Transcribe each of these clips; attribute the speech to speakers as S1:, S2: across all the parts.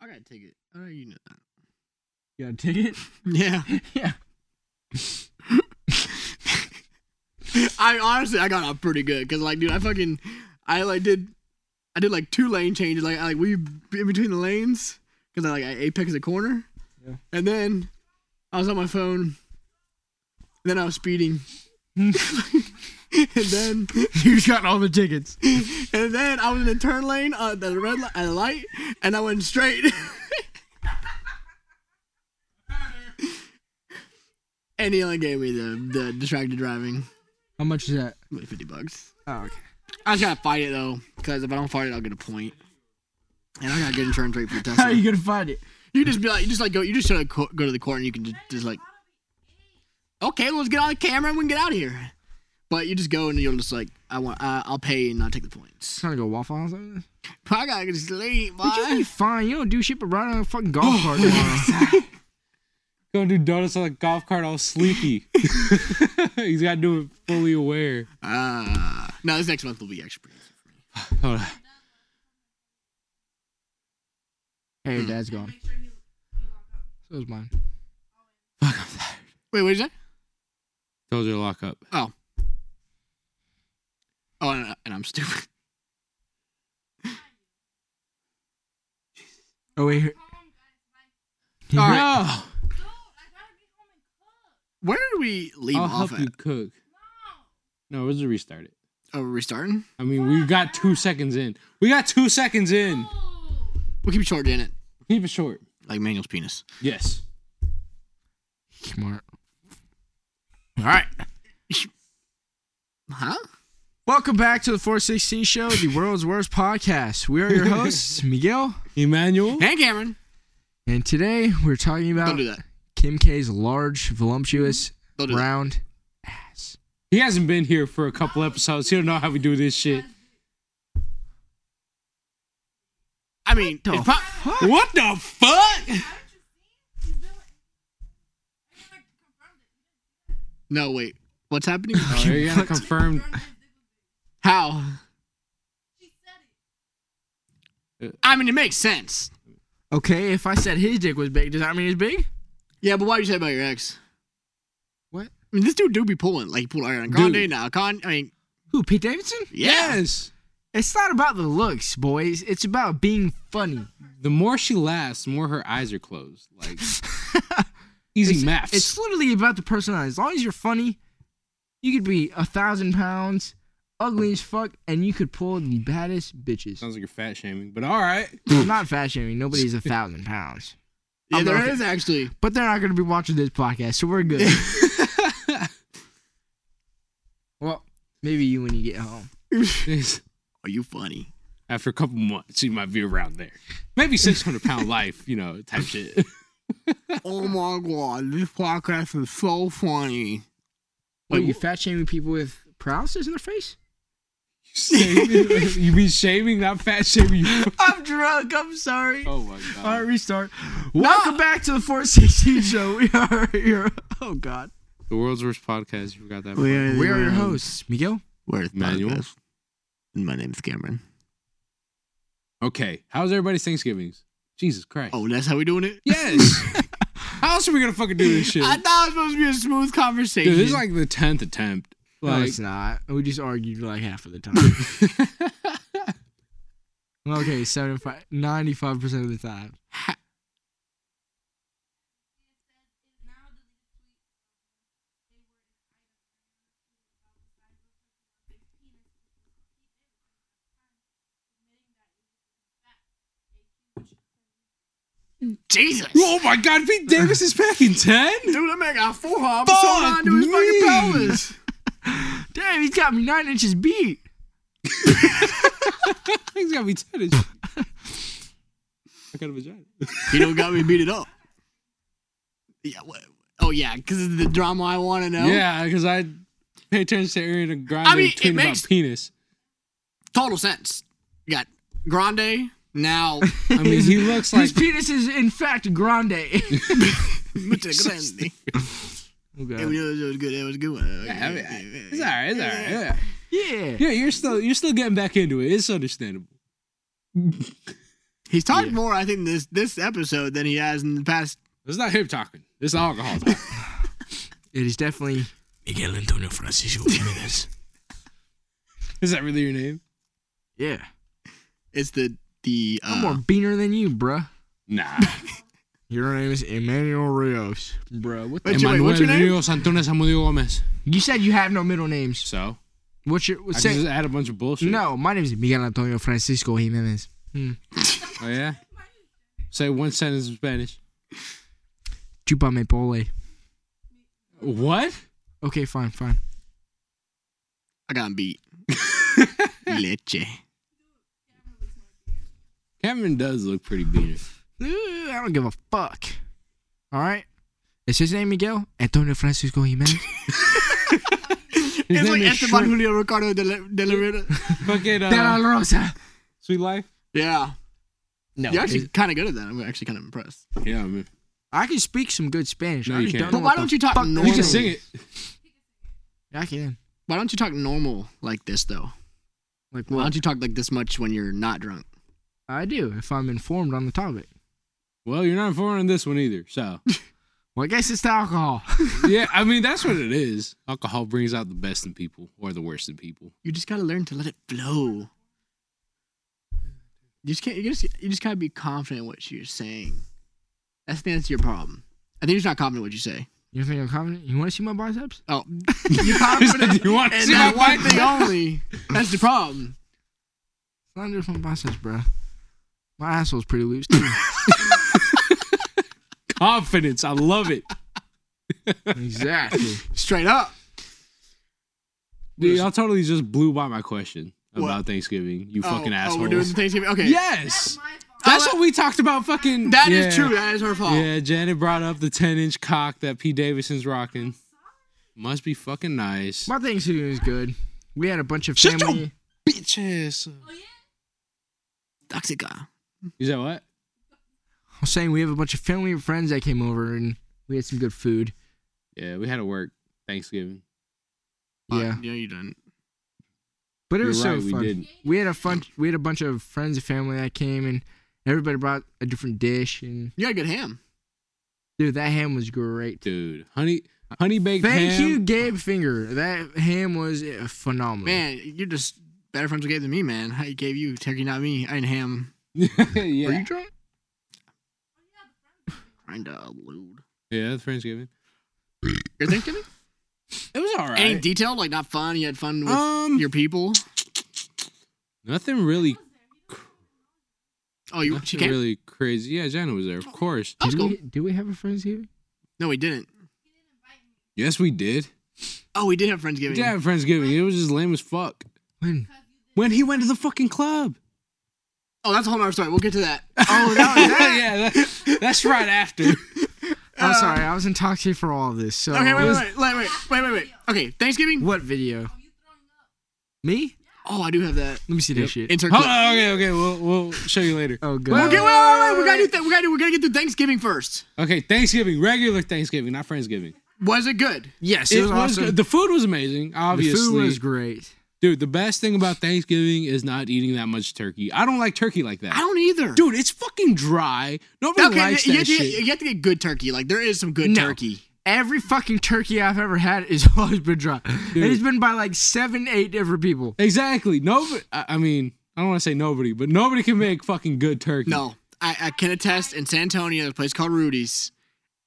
S1: I got a ticket. Oh, you know that.
S2: You got a ticket?
S1: Yeah.
S2: yeah.
S1: I honestly I got out pretty good because like dude I fucking I like did I did like two lane changes like I, like we in between the lanes because I like I apex a corner
S2: Yeah.
S1: and then I was on my phone and then I was speeding and then
S3: You've got all the tickets.
S1: and then I was in the turn lane uh, at the red light, at the light and I went straight and he only gave me the the distracted driving
S3: How much is that?
S1: like fifty bucks.
S3: Oh, okay.
S1: I just gotta fight it though, because if I don't fight it, I'll get a point. And I got a good insurance rate for
S3: How
S1: Tesla.
S3: are you gonna find it?
S1: you just be like, you just like go, you just sort of co- go to the court and you can just, just like, okay, let's get on the camera and we can get out of here. But you just go and you'll just like, I want, uh, I'll pay and not take the points.
S3: Trying to go waffle house over this?
S1: I gotta go to sleep.
S3: But you'll be
S2: Uh,
S1: Bye.
S3: fine. You don't do shit but ride on a fucking golf cart tomorrow.
S2: Gonna do donuts on a golf cart all sleepy. He's gotta do it fully aware.
S1: Uh, no, this next month will be extra. Pretty easy for me.
S2: Hold on.
S3: hey, your dad's gone. So is mine.
S2: Fuck, I'm tired.
S1: Wait, what did you say?
S2: Told you to lock up.
S1: Oh, and, and I'm stupid.
S3: Oh wait. here-
S1: All right.
S2: No!
S1: Where did we leave
S2: I'll
S1: off
S2: help
S1: at?
S2: you cook. No, let's just restart it.
S1: Oh, we're restarting?
S2: I mean, we got two seconds in. We got two seconds in.
S1: We'll keep it short, in it.
S2: Keep it short.
S1: Like Manuel's penis.
S2: Yes.
S3: Smart. All right.
S1: Huh?
S3: Welcome back to the 416 Show, the world's worst podcast. We are your hosts, Miguel,
S2: Emmanuel.
S1: Hey, Cameron.
S3: and today we're talking
S1: Don't
S3: about
S1: do that.
S3: Kim K's large, voluptuous,
S1: Don't do that.
S3: round.
S2: He hasn't been here for a couple episodes. He don't know how we do this shit.
S1: I mean,
S3: the
S1: it's pro-
S2: What the fuck?
S1: no, wait. What's happening?
S2: Oh, you gotta confirm.
S1: How? Uh, I mean, it makes sense.
S3: Okay, if I said his dick was big, does that mean it's big?
S1: Yeah, but why do you say about your ex?
S3: What?
S1: I mean, this dude do be pulling. Like, he pulled Ariana Grande now. Con- I mean,
S3: Who, Pete Davidson?
S1: yeah.
S2: Yes.
S3: It's not about the looks, boys. It's about being funny.
S2: The more she laughs, the more her eyes are closed. Like easy
S3: it's,
S2: maths.
S3: It's literally about the personality. As long as you're funny, you could be a thousand pounds, ugly as fuck, and you could pull the baddest bitches.
S2: sounds like you're fat shaming, but all right.
S3: I'm not fat shaming. Nobody's a thousand pounds.
S1: Yeah,
S3: I'm
S1: Oh, there
S3: not-
S1: is actually.
S3: But they're not going to be watching this podcast, so we're good. well, maybe you when you get home.
S1: Are you funny?
S2: After a couple months, you might be around there. Maybe six hundred pound life, you know, type shit.
S1: oh my god, this podcast is so funny.
S3: Wait,
S1: Wait,
S3: you
S1: wh-
S3: fat shaming people with paralysis in their face?
S2: you be shaming, not fat shaming. You.
S3: I'm drunk. I'm sorry.
S2: Oh my
S3: All right,
S2: god.
S3: restart. Welcome back to the 416 show. We are your oh god.
S2: The world's worst podcast. You forgot that. part.
S3: We are your hosts, Miguel.
S1: We're the
S2: Manuel.
S1: podcast. And my name's Cameron.
S2: Okay. How's everybody's Thanksgivings? Jesus Christ.
S1: Oh, that's how we doing it?
S2: Yes. How else are we gonna fucking do this shit?
S1: I thought it was supposed to be a smooth conversation.
S2: Dude, this is like the tenth attempt.
S3: no,
S2: Like,
S3: it's not. We just argued like half of the time. okay, 75, 95 percent of the time.
S1: Jesus.
S2: oh my God, Pete Davis is packing ten.
S1: Dude, that man got four hobs.
S2: Fuck
S1: So on to his
S2: me.
S1: fucking pelvis.
S3: Damn, he's got me nine inches beat.
S2: He's gotta be ten. inches. I got a vagina.
S1: You know, got me beat it up. Yeah. What? Oh yeah, because it's the drama I want to know.
S2: Yeah, because I pay attention to Ariana Grande
S1: I mean, it
S2: tweeting
S1: makes-
S2: about penis.
S1: Total sense. You got Grande now.
S2: I mean, he looks like
S3: His penis is in fact grande. okay.
S1: Mr. Grande. It was, it was good. It was a good one.
S2: Yeah, I mean, I- it's all right. It's all right. Yeah.
S3: Yeah.
S2: yeah, you're still you're still getting back into it. It's understandable.
S1: He's talked
S3: Yeah.
S1: more, I think, in this this episode than he has in the past.
S2: This is not him talking. This is alcohol talking.
S3: It is definitely
S4: Miguel Antonio Francisco Jimenez.
S2: is that really your name?
S3: yeah.
S1: It's the the
S3: I'm
S1: uh,
S3: more beaner than you, bruh.
S2: Nah.
S3: Your name is Emmanuel Rios.
S2: Bro, what
S1: Wait, wait, what's your name?
S2: Rios Antunes Amudio Gomez.
S3: You said you have no middle names.
S2: So,
S3: What's your
S2: I
S3: say?
S2: just add a bunch of bullshit.
S3: No, my name is Miguel Antonio Francisco Jimenez.
S2: Oh, yeah? Say one sentence in Spanish.
S3: Chupa me pole.
S2: What?
S3: Okay, fine, fine.
S1: I got him beat. Leche.
S2: Cameron does look pretty beaner.
S3: Ooh, I don't give a fuck. All right. Is his name Miguel Antonio Francisco Jimenez?
S2: His
S1: it's
S2: name
S1: like
S2: is
S1: Esteban
S2: Shrek.
S1: Julio Ricardo de, la, de la Rita.
S2: Fucking,
S3: De La
S2: uh,
S3: Rosa.
S2: Sweet Life?
S1: Yeah,
S3: No,
S1: you're actually
S3: it-
S1: kind of good at that. I'm actually kind of impressed.
S2: Yeah, man.
S3: I can speak some good Spanish.
S2: No,
S3: I
S2: you
S3: just don't
S2: can't.
S3: know
S1: But
S3: what
S1: why
S3: the
S1: don't you talk
S3: fuck-
S1: normal?
S2: You can sing it.
S3: I can.
S1: Why don't you talk normal like this though?
S3: Like
S1: Why
S3: what?
S1: don't you talk like this much when you're not drunk?
S3: I do if I'm informed on the topic.
S2: Well, you're not informed on this one either. So,
S3: Well, I guess it's the alcohol.
S2: yeah, I mean, that's what it is. Alcohol brings out the best in people or the worst in people.
S1: You just gotta learn to let it flow. You just can't. You just you just gotta be confident in what you're saying. That's that's your problem. I think you're just not confident in what you say.
S3: You think I'm confident? You want to see my biceps?
S1: Oh, you're confident
S2: You want to
S1: in
S2: see my
S1: that one
S2: wife?
S1: thing only. That's the problem.
S3: It's not just my biceps, bro. My asshole's pretty loose too.
S2: Confidence. I love it.
S3: exactly.
S1: Straight up.
S2: Dude, y'all totally just blew by my question
S1: What?
S2: about Thanksgiving. You
S1: Oh,
S2: fucking
S1: oh,
S2: assholes.
S1: we're doing the Thanksgiving. Okay.
S2: yes. That's what we talked about. Fucking.
S1: That is
S2: Yeah.
S1: true. That is her fault.
S2: Yeah, Janet brought up the 10 inch cock that P. Davidson's rocking. Must be fucking nice.
S3: My Thanksgiving was good. We had a bunch of
S2: Shut your
S3: family.
S2: bitch ass.
S1: Toxica.
S2: Is that what?
S3: I was saying we have a bunch of family and friends that came over and we had some good food.
S2: Yeah, we had to work Thanksgiving.
S3: Yeah,
S1: Yeah, you done.
S3: but it
S2: You're
S3: was
S2: right,
S3: so
S2: we
S3: fun.
S2: didn't.
S3: we had a fun. We had a bunch of friends and family that came and everybody brought a different dish and
S1: You got a good ham.
S3: dude, that ham was great.
S2: Dude, honey, honey baked
S3: Thank
S2: ham.
S3: you, Gabe Finger. That ham was uh, phenomenal.
S1: Man, you're just better friends with Gabe than me, man. I gave you turkey, not me. I ain't ham.
S2: yeah.
S3: Were you drunk?
S1: Trying to load.
S2: yeah, that's Thanksgiving.
S1: Your Thanksgiving?
S2: It was all right.
S1: Any detail? Like not fun? You had fun with
S2: um,
S1: your people?
S2: nothing really,
S1: Oh, you she
S2: nothing
S1: came?
S2: really crazy. Yeah, Janet was there, of course.
S1: That was
S3: Did
S1: cool.
S3: we, did we have a Friendsgiving?
S1: No, we didn't.
S2: Yes, we did.
S1: Oh, we did have Friendsgiving.
S2: We did have Friendsgiving. It was just lame as fuck.
S3: When?
S2: When he went to the fucking club.
S1: Oh, that's a whole nother story. We'll get to that.
S3: Oh,
S2: yeah, that, that's right after. Uh,
S3: I'm sorry, I was intoxicated for all of this. So
S1: Okay, wait,
S3: it
S1: wait,
S3: was-
S1: wait, wait, wait, wait, wait, wait. Okay, Thanksgiving.
S3: What video? Me?
S1: Oh, I do have that.
S3: Let me see that shit.
S1: Insert.
S2: Oh,
S1: clip.
S2: okay, okay. We'll, we'll show you later.
S3: oh
S1: Wait,
S3: god.
S1: okay, wait, wait, wait. We gotta do. Th- we gotta. do- We gotta get through Thanksgiving first.
S2: Okay, Thanksgiving, regular Thanksgiving, not Friendsgiving.
S1: Was it good?
S3: Yes,
S2: It
S3: it,
S2: was
S3: was, awesome.
S2: good. The food was amazing,
S3: The
S2: obviously.
S3: food was great.
S2: Dude, the best thing about Thanksgiving is not eating that much turkey. I don't like turkey like that.
S1: I don't either.
S2: Dude, it's fucking dry. Nobody
S1: okay,
S2: likes
S1: you,
S2: that
S1: have to
S2: shit.
S1: get, you have to get good turkey. Like there is some good
S3: No.
S1: turkey.
S3: Every fucking turkey I've ever had has always been dry.
S2: Dude.
S3: It has been by like seven, eight different people.
S2: Exactly. Nobody. I I mean, I don't want to say nobody, but nobody can make fucking good turkey.
S1: No, I, I can attest in San Antonio, there's a place called Rudy's,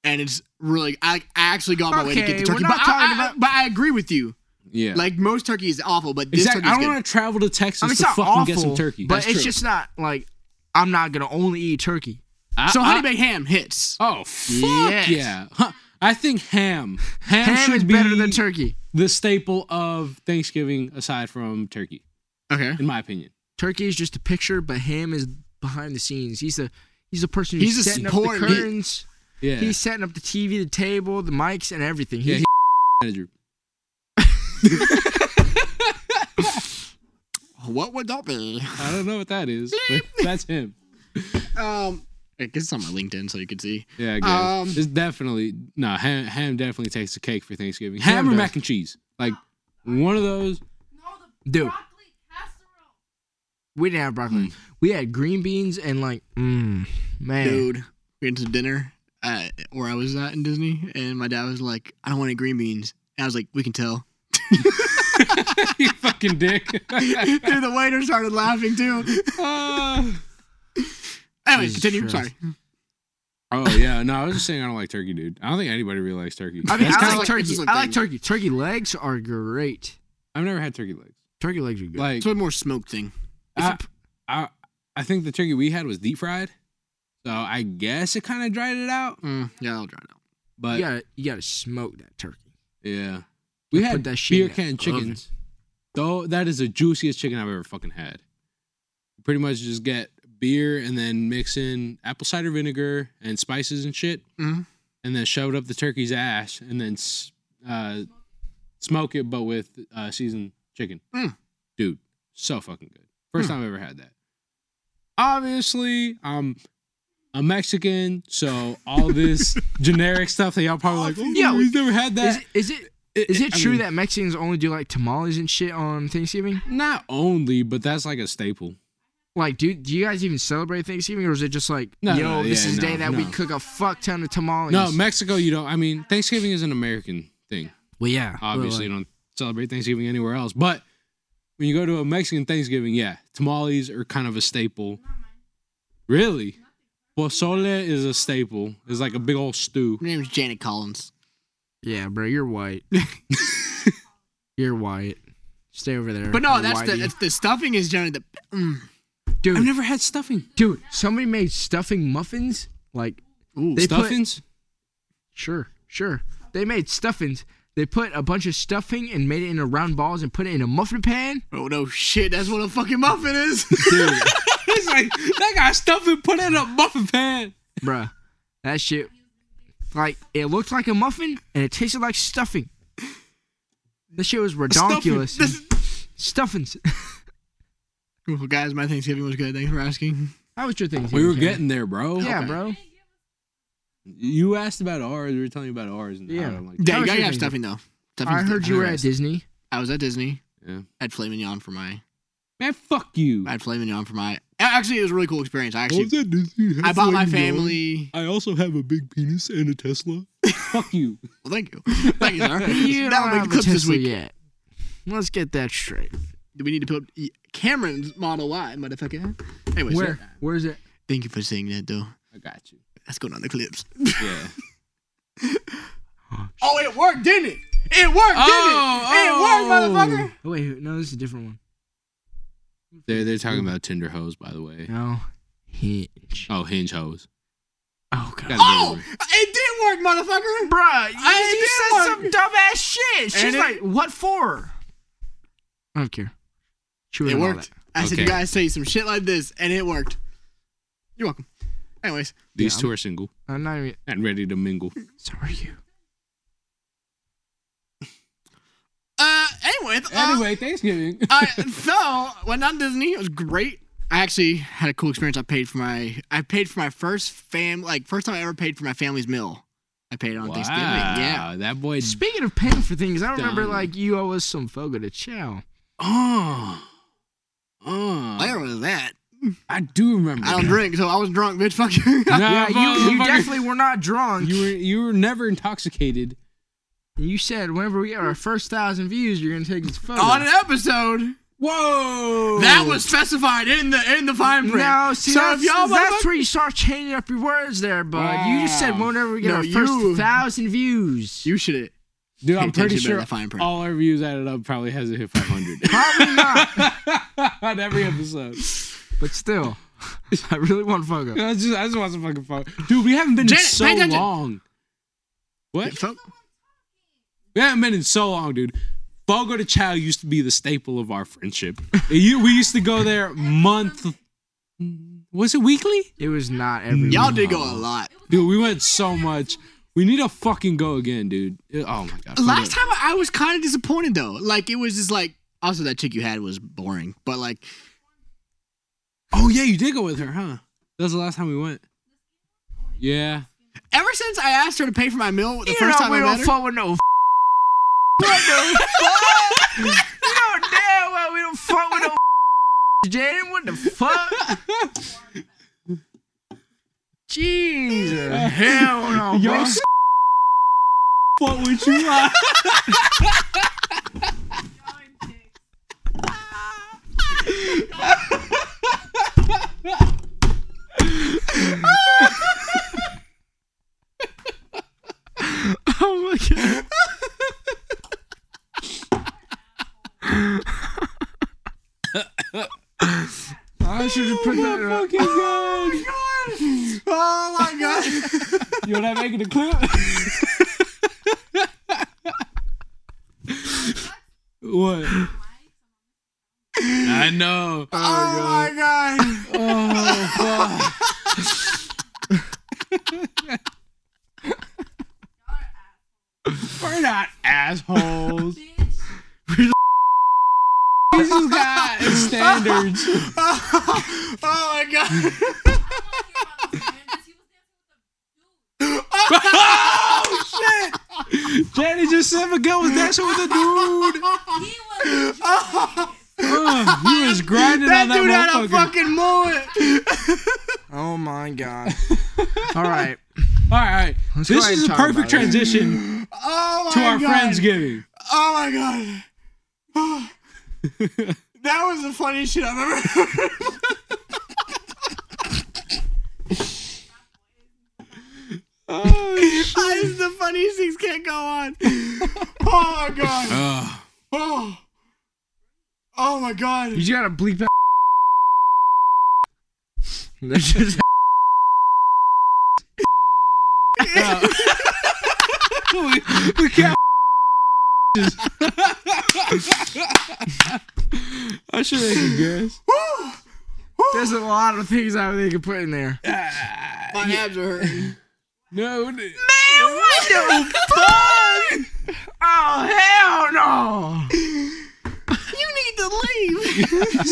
S1: and it's really I, I actually got my way to get
S3: Okay,
S1: the
S3: we're
S1: turkey.
S3: not
S1: But I,
S3: talking
S1: I-
S3: about-
S1: but I agree with you.
S2: Yeah.
S1: Like most turkey is awful, but this
S2: exactly. I
S1: turkey's
S2: don't
S1: good.
S2: want to travel to Texas
S3: I mean, it's
S2: to
S3: not
S2: fucking
S3: awful,
S2: get some turkey.
S3: but
S2: That's
S3: it's
S2: true.
S3: just not like I'm not gonna only eat turkey.
S2: I-
S1: so
S2: I-
S1: honey baked ham hits.
S2: Oh fuck
S3: Yes.
S2: yeah! Huh. I think ham. Ham,
S3: Ham
S2: should
S3: is
S2: be
S3: better than turkey.
S2: the staple of Thanksgiving, aside from turkey,
S1: Okay.
S2: in my opinion.
S3: Turkey is just a picture, but Ham is behind the scenes. He's the he's the person
S1: He's
S3: who's
S1: a
S3: setting up
S1: support-
S3: the
S1: he-
S3: curtains.
S2: Yeah,
S3: He's setting up the TV, the table, the mics, and everything.
S2: Yeah,
S3: He,
S2: he- manager.
S1: What would that be?
S2: I don't know what that is. but that's him.
S1: Um, I guess it's on my LinkedIn, so you can see.
S2: Yeah, I guess.
S1: Um,
S2: it's definitely no ham. Ham definitely takes the cake for Thanksgiving. Ham,
S3: Ham
S2: or
S3: does.
S2: mac and cheese, like one of those.
S3: dude, We didn't have broccoli. We had green beans and like, mm, man.
S1: dude, we went to dinner at where I was at in Disney, and my dad was like, "I don't want any green beans." And I was like, "We can tell."
S2: you fucking dick.
S1: and the waiter started laughing too.
S2: Uh,
S1: Anyway,
S3: Jesus
S1: continue.
S3: Christ.
S1: Sorry.
S2: oh yeah, no, I was just saying I don't like turkey, dude. I don't think anybody really likes turkey.
S3: I mean,
S1: It's kinda
S3: I like,
S1: like- it's
S3: turkey.
S1: just like
S3: I like
S1: thing.
S3: turkey. Turkey legs are great.
S2: I've never had turkey legs.
S3: Turkey legs are good.
S2: Like
S1: It's a more smoked thing.
S2: I, I, I think the turkey we had was deep fried, so I guess it kind of dried it out.
S1: Mm, yeah, I'll try it out.
S3: you
S2: But yeah,
S3: gotta, you gotta smoke that turkey.
S2: we
S3: Put
S2: had
S3: that shit in
S2: beer
S3: that
S2: can
S3: oven.
S2: chicken. Though that is the juiciest chicken I've ever fucking had. Pretty much just get beer and then mix in apple cider vinegar and spices and shit,
S3: Mm-hmm.
S1: Mhm.
S2: and then shove it up the turkey's ass and then s- uh, smoke it, but with uh, seasoned chicken.
S1: Mm.
S2: Dude, so fucking good. First
S3: Mm.
S2: time I've ever had that. Obviously, I'm a Mexican, so all this generic stuff that y'all probably like, oh,
S3: Yo,
S2: yeah, we've never had
S3: Is,
S2: that.
S3: is it is it true that Mexicans only do like tamales and shit on Thanksgiving?
S2: Not only, but that's like a staple.
S3: Like, do do you guys even celebrate Thanksgiving, or is it just like,
S2: No,
S3: yo,
S2: no,
S3: this
S2: yeah,
S3: is the day
S2: no,
S3: that we
S2: no.
S3: cook a fuck ton of tamales?
S2: No, Mexico, you don't. I mean, Thanksgiving is an American thing.
S3: well, yeah, but,
S2: Obviously,
S3: like,
S2: you don't celebrate Thanksgiving anywhere else. But when you go to a Mexican Thanksgiving, yeah, tamales are kind of a staple. Really? Pozole is a staple. It's like a big old stew.
S1: Her name's Janet Collins.
S3: yeah, bro, you're white. you're white. Stay over there.
S1: But no,
S3: you
S1: that's the,
S3: whitey.
S1: that's the stuffing is generally the. Mm.
S2: I've
S3: dude.
S2: never had stuffing.
S3: Dude, somebody made stuffing muffins. Like,
S1: Ooh,
S3: They put-
S2: Stuffings?
S3: Sure, sure. They made stuffings. They put a bunch of stuffing and made it into round balls and put it in a muffin pan.
S1: oh no, shit! That's what a fucking muffin is.
S2: it's like, that got stuffing put in a muffin pan.
S3: Bruh, that shit. Like, it looked like a muffin and it tasted like stuffing. This shit was redonkulous. Stuffings.
S1: well, guys, my Thanksgiving was good. Thanks for asking.
S3: How was your thing?
S2: We were
S3: Taylor?
S2: getting there, bro.
S3: Yeah,
S2: Okay.
S3: bro.
S2: You asked about ours. We were telling you about ours. And
S3: Yeah.
S2: I don't like
S1: Yeah, you
S3: was
S1: gotta
S3: your
S1: have stuffing
S3: Thanksgiving?
S1: though. Stuffing's
S3: I heard
S1: the-
S3: you were
S1: I
S3: at Disney.
S1: I was at Disney.
S2: Yeah.
S1: I had filet mignon for my.
S2: Man, fuck you.
S1: I had filet mignon for my. Actually, it was a really cool experience. I actually. I
S2: I
S1: bought my family.
S2: I also have a big penis and a Tesla. Fuck you.
S1: Well, thank you. Thank you, sir.
S3: You don't
S1: That'll make
S3: have
S1: the
S3: a
S1: clips this
S3: Tesla
S1: week.
S3: yet. Let's get that straight.
S1: We need to put Cameron's Model Y, motherfucker. Anyway,
S3: Where?
S1: sir,
S3: Where is it?
S1: thank you for saying that, though.
S2: I got you.
S1: That's going on the clips.
S2: Yeah.
S1: Oh, it worked, didn't it? It worked, didn't
S2: Oh,
S1: it? It worked, motherfucker.
S3: Oh wait, no, this is a different one.
S2: They're they're talking about Tinder hoes, by the way.
S3: No, hinge.
S2: Oh, hinge hoes.
S3: Oh god.
S2: Got a
S1: Oh,
S2: better
S1: it did work, motherfucker.
S3: Bruh, you,
S1: I
S3: you
S1: did
S3: said
S1: one.
S3: some dumb ass shit. She's
S1: And it-
S3: like, what for? I don't care. Chew
S1: It
S3: on all
S1: worked.
S3: that.
S1: I said,
S2: Okay.
S1: you guys say some shit like this, and it worked. You're welcome. Anyways,
S2: These
S3: Yeah,
S2: two are single
S3: I'm not even.
S2: and ready to mingle.
S3: So are you?
S1: uh, anyway, th- uh,
S2: Thanksgiving.
S1: uh, so went on Disney. It was great. I actually had a cool experience. I paid for my, I paid for my first fam, like first time I ever paid for my family's meal. I paid on
S2: wow,
S1: Thanksgiving. Yeah.
S2: that boy.
S3: Mm. Speaking of paying for things, I remember
S2: Dumb.
S3: like you owe us some fogo to chow.
S2: Oh, oh.
S1: Where was that?
S2: I do remember.
S1: I don't
S2: that.
S1: drink, so I was drunk, bitch. Fuck you.
S2: Nah,
S3: yeah, you, you
S2: motherfucker.
S3: definitely were not drunk.
S2: You
S3: You,
S2: were you were never intoxicated.
S3: said whenever we get
S1: Mm.
S3: our first thousand views, you're gonna take this photo.
S1: on an episode.
S2: Whoa.
S1: Oh, That was specified in the in the fine print.
S3: no, see,
S1: so
S3: that's,
S1: if y'all
S3: that's
S1: motherfuck-
S3: where you start changing up your words there, bud. You just said
S2: Wow.
S3: whenever we get
S1: No,
S3: our first
S1: you-
S3: thousand views.
S1: you should
S2: Dude,
S1: Pay
S2: I'm pretty
S1: attention to
S2: sure
S1: the fine print.
S2: all our views added up probably hasn't hit 500
S3: Probably not,
S2: on every episode.
S3: but still, I really want fogo.
S2: I just, I just want some fucking fun. Dude, we haven't been
S1: Janet,
S2: in so
S1: pay attention.
S2: long. What?
S1: Fuck.
S2: We haven't been in so long, dude. Fogo de Chow used to be the staple of our friendship. You- we used to go there month. Was it weekly?
S3: It was not every
S1: Y'all
S3: week.
S1: did go a lot.
S2: Dude, we went so much. We need to fucking go again, dude. It- oh my god.
S1: Last time I I was kind of disappointed though. Like it was just like also that chick you had was boring, but like
S2: Oh yeah, you did go with her, huh? That was the last time we went. Yeah.
S1: ever since I asked her to pay for my meal the
S3: you
S1: first
S3: know
S1: time
S3: we
S1: I
S3: don't
S1: met her,
S3: fuck with no. f- What the fuck? You know damn well we don't fuck with no. f- Jaden, what the fuck? Jesus. Hell no,
S2: Yo,
S3: bro.
S2: s- fuck with you. I-
S3: Oh my god. I should have put that
S2: Oh fucking god!
S1: Oh my god.
S2: You want to make it a clip? what? I know.
S1: Oh my god.
S2: Oh fuck! We're not assholes. We just got standards.
S1: Oh my god.
S2: oh shit! Janet just said Miguel was dancing with a dude. Ugh, he was grinding
S1: That
S2: on that
S1: dude had a
S2: motherfucker.
S1: fucking mullet.
S3: Oh my god. All right.
S2: all right, all right.
S3: Let's go
S2: this
S3: ahead
S2: is
S3: and
S2: a
S3: talk
S2: perfect
S3: about it.
S2: transition
S1: Oh my
S2: to our
S1: god.
S2: friendsgiving.
S1: Oh my god. Oh. that was the funniest shit I've ever heard.
S2: Oh,
S1: That is the funniest things can't go on. Oh my god. Oh. Oh my god.
S3: You just gotta bleep that. That's just.
S2: we can't. I should have guessed.
S1: Woo.
S3: There's a lot of things I think you could put in there.
S1: My abs are hurting.
S2: No. n-
S3: What the fuck? Oh hell no!
S1: You need to leave.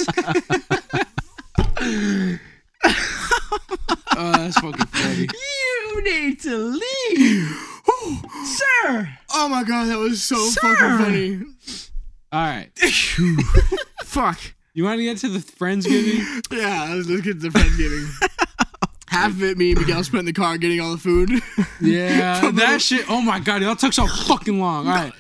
S2: Oh, that's fucking funny.
S3: You need to leave, sir.
S1: Oh my god, that was so
S3: Sir.
S1: fucking funny.
S2: All right.
S3: Fuck.
S2: You want to get to the friendsgiving?
S1: Yeah, let's, let's get to the Friendsgiving. Half of it, me and Miguel spent in the car getting all the food.
S2: Yeah. that shit. Oh my god, y'all took so fucking long. All right.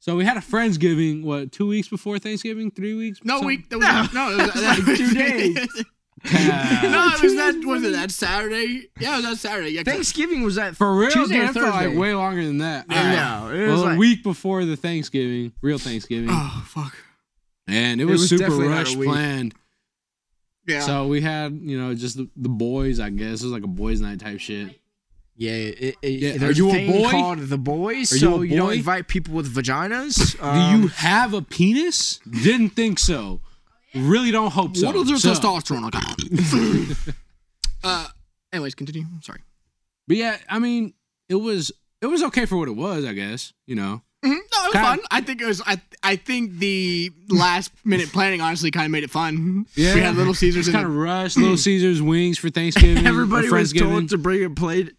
S2: So we had a friendsgiving. What? Two weeks before Thanksgiving? Three weeks?
S1: No,
S2: Some-
S1: week. That was, no, it was, that,
S3: like two days.
S2: Yeah.
S1: no, it was that. Was it that Saturday? Yeah, it was that Saturday. Yeah, 'cause-
S3: Thanksgiving was at
S2: For real,
S3: Tuesday
S2: dude,
S3: or
S2: I felt like
S3: Thursday.
S2: way longer than that. All right.
S3: No, it was
S2: Well, a
S3: like-
S2: week before the Thanksgiving, real Thanksgiving,
S1: Oh fuck.
S2: and it was,
S3: was
S2: super
S3: definitely not a
S2: rush
S3: week.
S2: planned.
S1: Yeah.
S2: So we had, you know, just the, the boys. I guess it was like a boys' night type shit.
S3: Yeah, it, it,
S2: Yeah,
S3: there's
S2: are you a
S3: thing
S2: boy?
S3: Called the boys,
S2: Are you
S3: so
S2: a
S3: you don't
S2: boy?
S3: invite people with vaginas.
S2: Do you
S3: Um,
S2: have a penis? Didn't think so. Really don't hope so.
S1: what is your
S2: So-
S1: testosterone? uh, anyways, continue. I'm sorry.
S2: But yeah, I mean, it was it was okay for what it was, I guess. You know,
S1: Mhm, No, it was
S2: Kinda-
S1: fun. I think it was. I I think the last minute planning honestly kind of made it fun.
S2: Yeah.
S1: we had Little Caesars in
S2: kind of
S1: it.
S2: rushed. Little Caesars wings for Thanksgiving. or
S3: everybody was
S2: Friendsgiving.
S3: told to bring a plate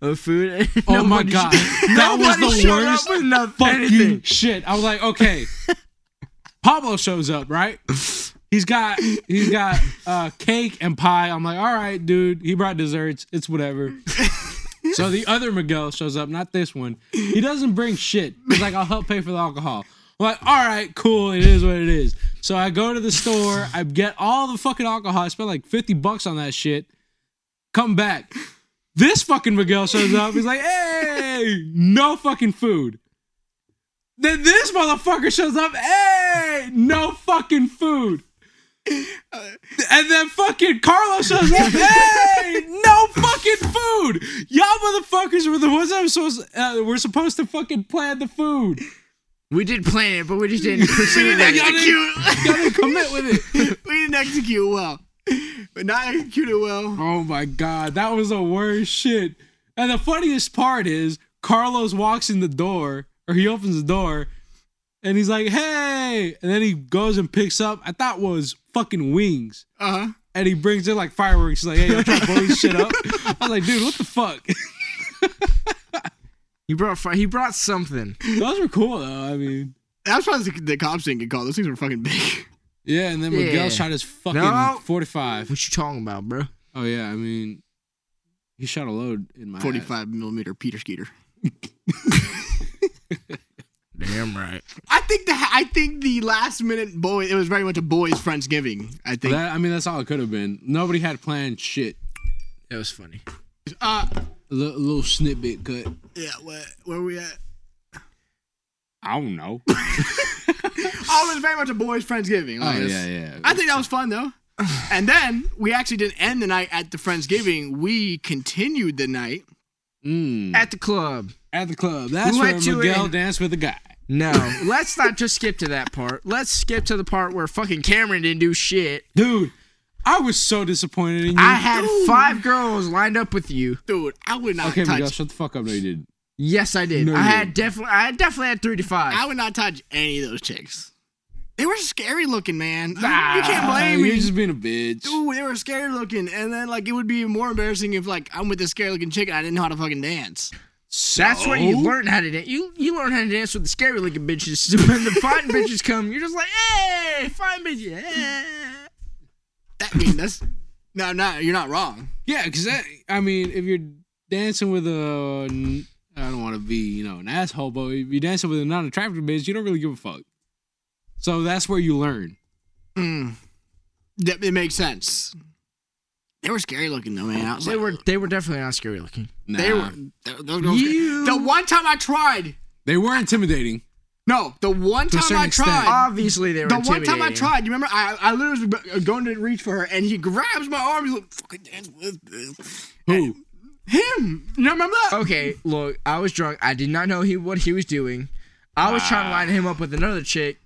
S3: of food. and
S2: Oh my
S3: nobody
S2: god,
S3: sh-
S2: that was
S3: nobody
S2: the
S3: showed
S2: worst
S3: Up with nothing,
S2: fucking
S3: anything.
S2: shit. I was like, okay, Pablo shows up, right? He's got he's got uh, cake and pie. I'm like, all right, dude. He brought desserts. It's whatever. so the other Miguel shows up, not this one. He doesn't bring shit. He's like, I'll help pay for the alcohol. I'm like, all right, cool. It is what it is. So I go to the store. I get all the fucking alcohol. I spent like fifty bucks on that shit. Come back. This fucking Miguel shows up. He's like, hey, no fucking food. Then this motherfucker shows up. Hey, no fucking food. And then fucking Carlos shows up. Hey, no fucking food. Y'all motherfuckers were the ones that was supposed uh, were supposed to fucking plan the food.
S3: We did plan it, but we just didn't pursue
S1: We didn't
S3: it.
S1: execute.
S2: Y'all didn't commit with it.
S1: we didn't execute well, but not executed well.
S2: Oh my god, that was the worst shit. And the funniest part is Carlos walks in the door, or he opens the door, and he's like, "Hey!" And then he goes and picks up. I thought was fucking wings,
S1: Uh huh.
S2: and he brings in like fireworks. He's like, "Hey, I'm trying to blow this shit up." I was like, "Dude, what the fuck?"
S3: He brought fr- he brought something.
S2: Those were cool though. I mean,
S1: That's why the, the cops didn't get called. Those things were fucking big.
S2: Yeah, and then Miguel
S3: Yeah.
S2: shot his fucking
S3: No.
S2: 45.
S3: What you talking about, bro?
S2: Oh yeah, I mean, he shot a load in my ass.
S1: 45 millimeter Peter Skeeter.
S3: Damn right.
S1: I think the I think the last minute boy it was very much a boys Friendsgiving. I think.
S2: That, I mean, that's all it could have been. Nobody had planned shit.
S3: That was funny.
S1: uh,
S2: A li- little snippet cut.
S1: yeah. Where where we at?
S2: I don't know.
S1: Oh, it was very much a boys Friendsgiving.
S2: Oh
S1: Like, it's-
S2: yeah, yeah.
S1: I think that was fun though. and then we actually didn't end the night at the Friendsgiving. We continued the night.
S2: Mm.
S3: At the club.
S2: At the club. That's
S3: We
S2: where
S3: went to
S2: Miguel
S3: an-
S2: danced with a guy.
S3: No, let's not just skip to that part. Let's skip to the part where fucking Cameron didn't do shit.
S2: Dude, I was so disappointed in you.
S3: I had
S1: Dude.
S3: five girls lined up with you.
S1: Dude, I would not
S2: okay, Miguel,
S1: touch.
S2: shut the fuck up. No, you did.
S3: Yes, I did.
S2: No,
S3: I
S2: you
S3: had definitely, I definitely had three to five.
S1: I would not touch any of those chicks. They were scary looking, man. you can't blame
S2: You're
S1: me.
S2: just being a bitch.
S1: Dude, they were scary looking, and then like it would be more embarrassing if like I'm with this scary looking chick and I didn't know how to fucking dance.
S3: That's where you
S2: So?
S3: learn how to dance. You you learn how to dance with the scary looking bitches. When the fine bitches come, you're just like, hey, fine bitches. eh."
S1: That I mean that's no, no, you're not wrong.
S2: Yeah, because that, I mean, if you're dancing with a, n- I don't want to be, you know, an asshole, but if you're dancing with a non-attractive bitch, you don't really give a fuck. So that's where you learn.
S1: Mm. That it makes sense. They were scary looking though, man. I was
S3: They
S1: like,
S3: were they were definitely not scary looking.
S2: Nah,
S1: they were. th- Those girls
S3: You-
S1: The one time I tried,
S2: They were intimidating.
S1: no, the one
S2: To a
S1: time
S2: certain
S1: I
S2: extent.
S1: tried.
S3: Obviously, they were.
S1: the one time I
S3: intimidating.
S1: tried, you remember? I, I literally was g- going to reach for her, and he grabs my arm. He's like, "Fucking dance with this."
S2: Who?
S1: him." You remember that?
S3: Okay, look, I was drunk. I did not know he what he was doing. I was trying to line him up with another chick.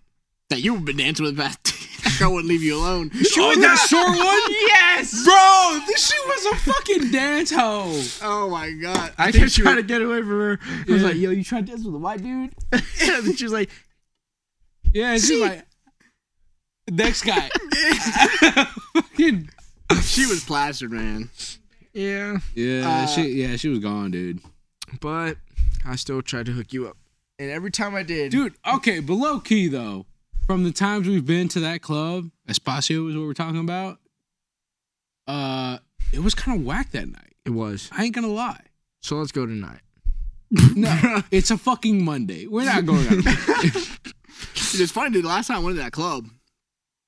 S1: That you've been dancing with that that girl wouldn't leave you alone.
S2: oh, that short one?
S3: Yes,
S2: Bro, this shit was a fucking dance hoe.
S1: Oh my god!
S3: I
S1: think
S3: kept
S1: she
S3: trying to
S1: would-
S3: get away from her. I was
S2: Yeah.
S3: like, yo, you tried to dance with a white dude? and she was like,
S2: Yeah, it's just like next guy. Fucking-
S1: she was plastered, man.
S3: yeah,
S2: yeah,
S1: Uh,
S2: she yeah, she was gone, dude.
S3: but I still tried to hook you up, and every time I did,
S2: Dude, okay, but low key though, from the times we've been to that club, Espacio is what we're talking about. Uh it was kind of whack that night.
S3: it was.
S2: I ain't gonna lie.
S3: So let's go tonight.
S2: No, it's a fucking Monday. We're not going out.
S1: Dude, it's funny, dude. Last time I went to that club,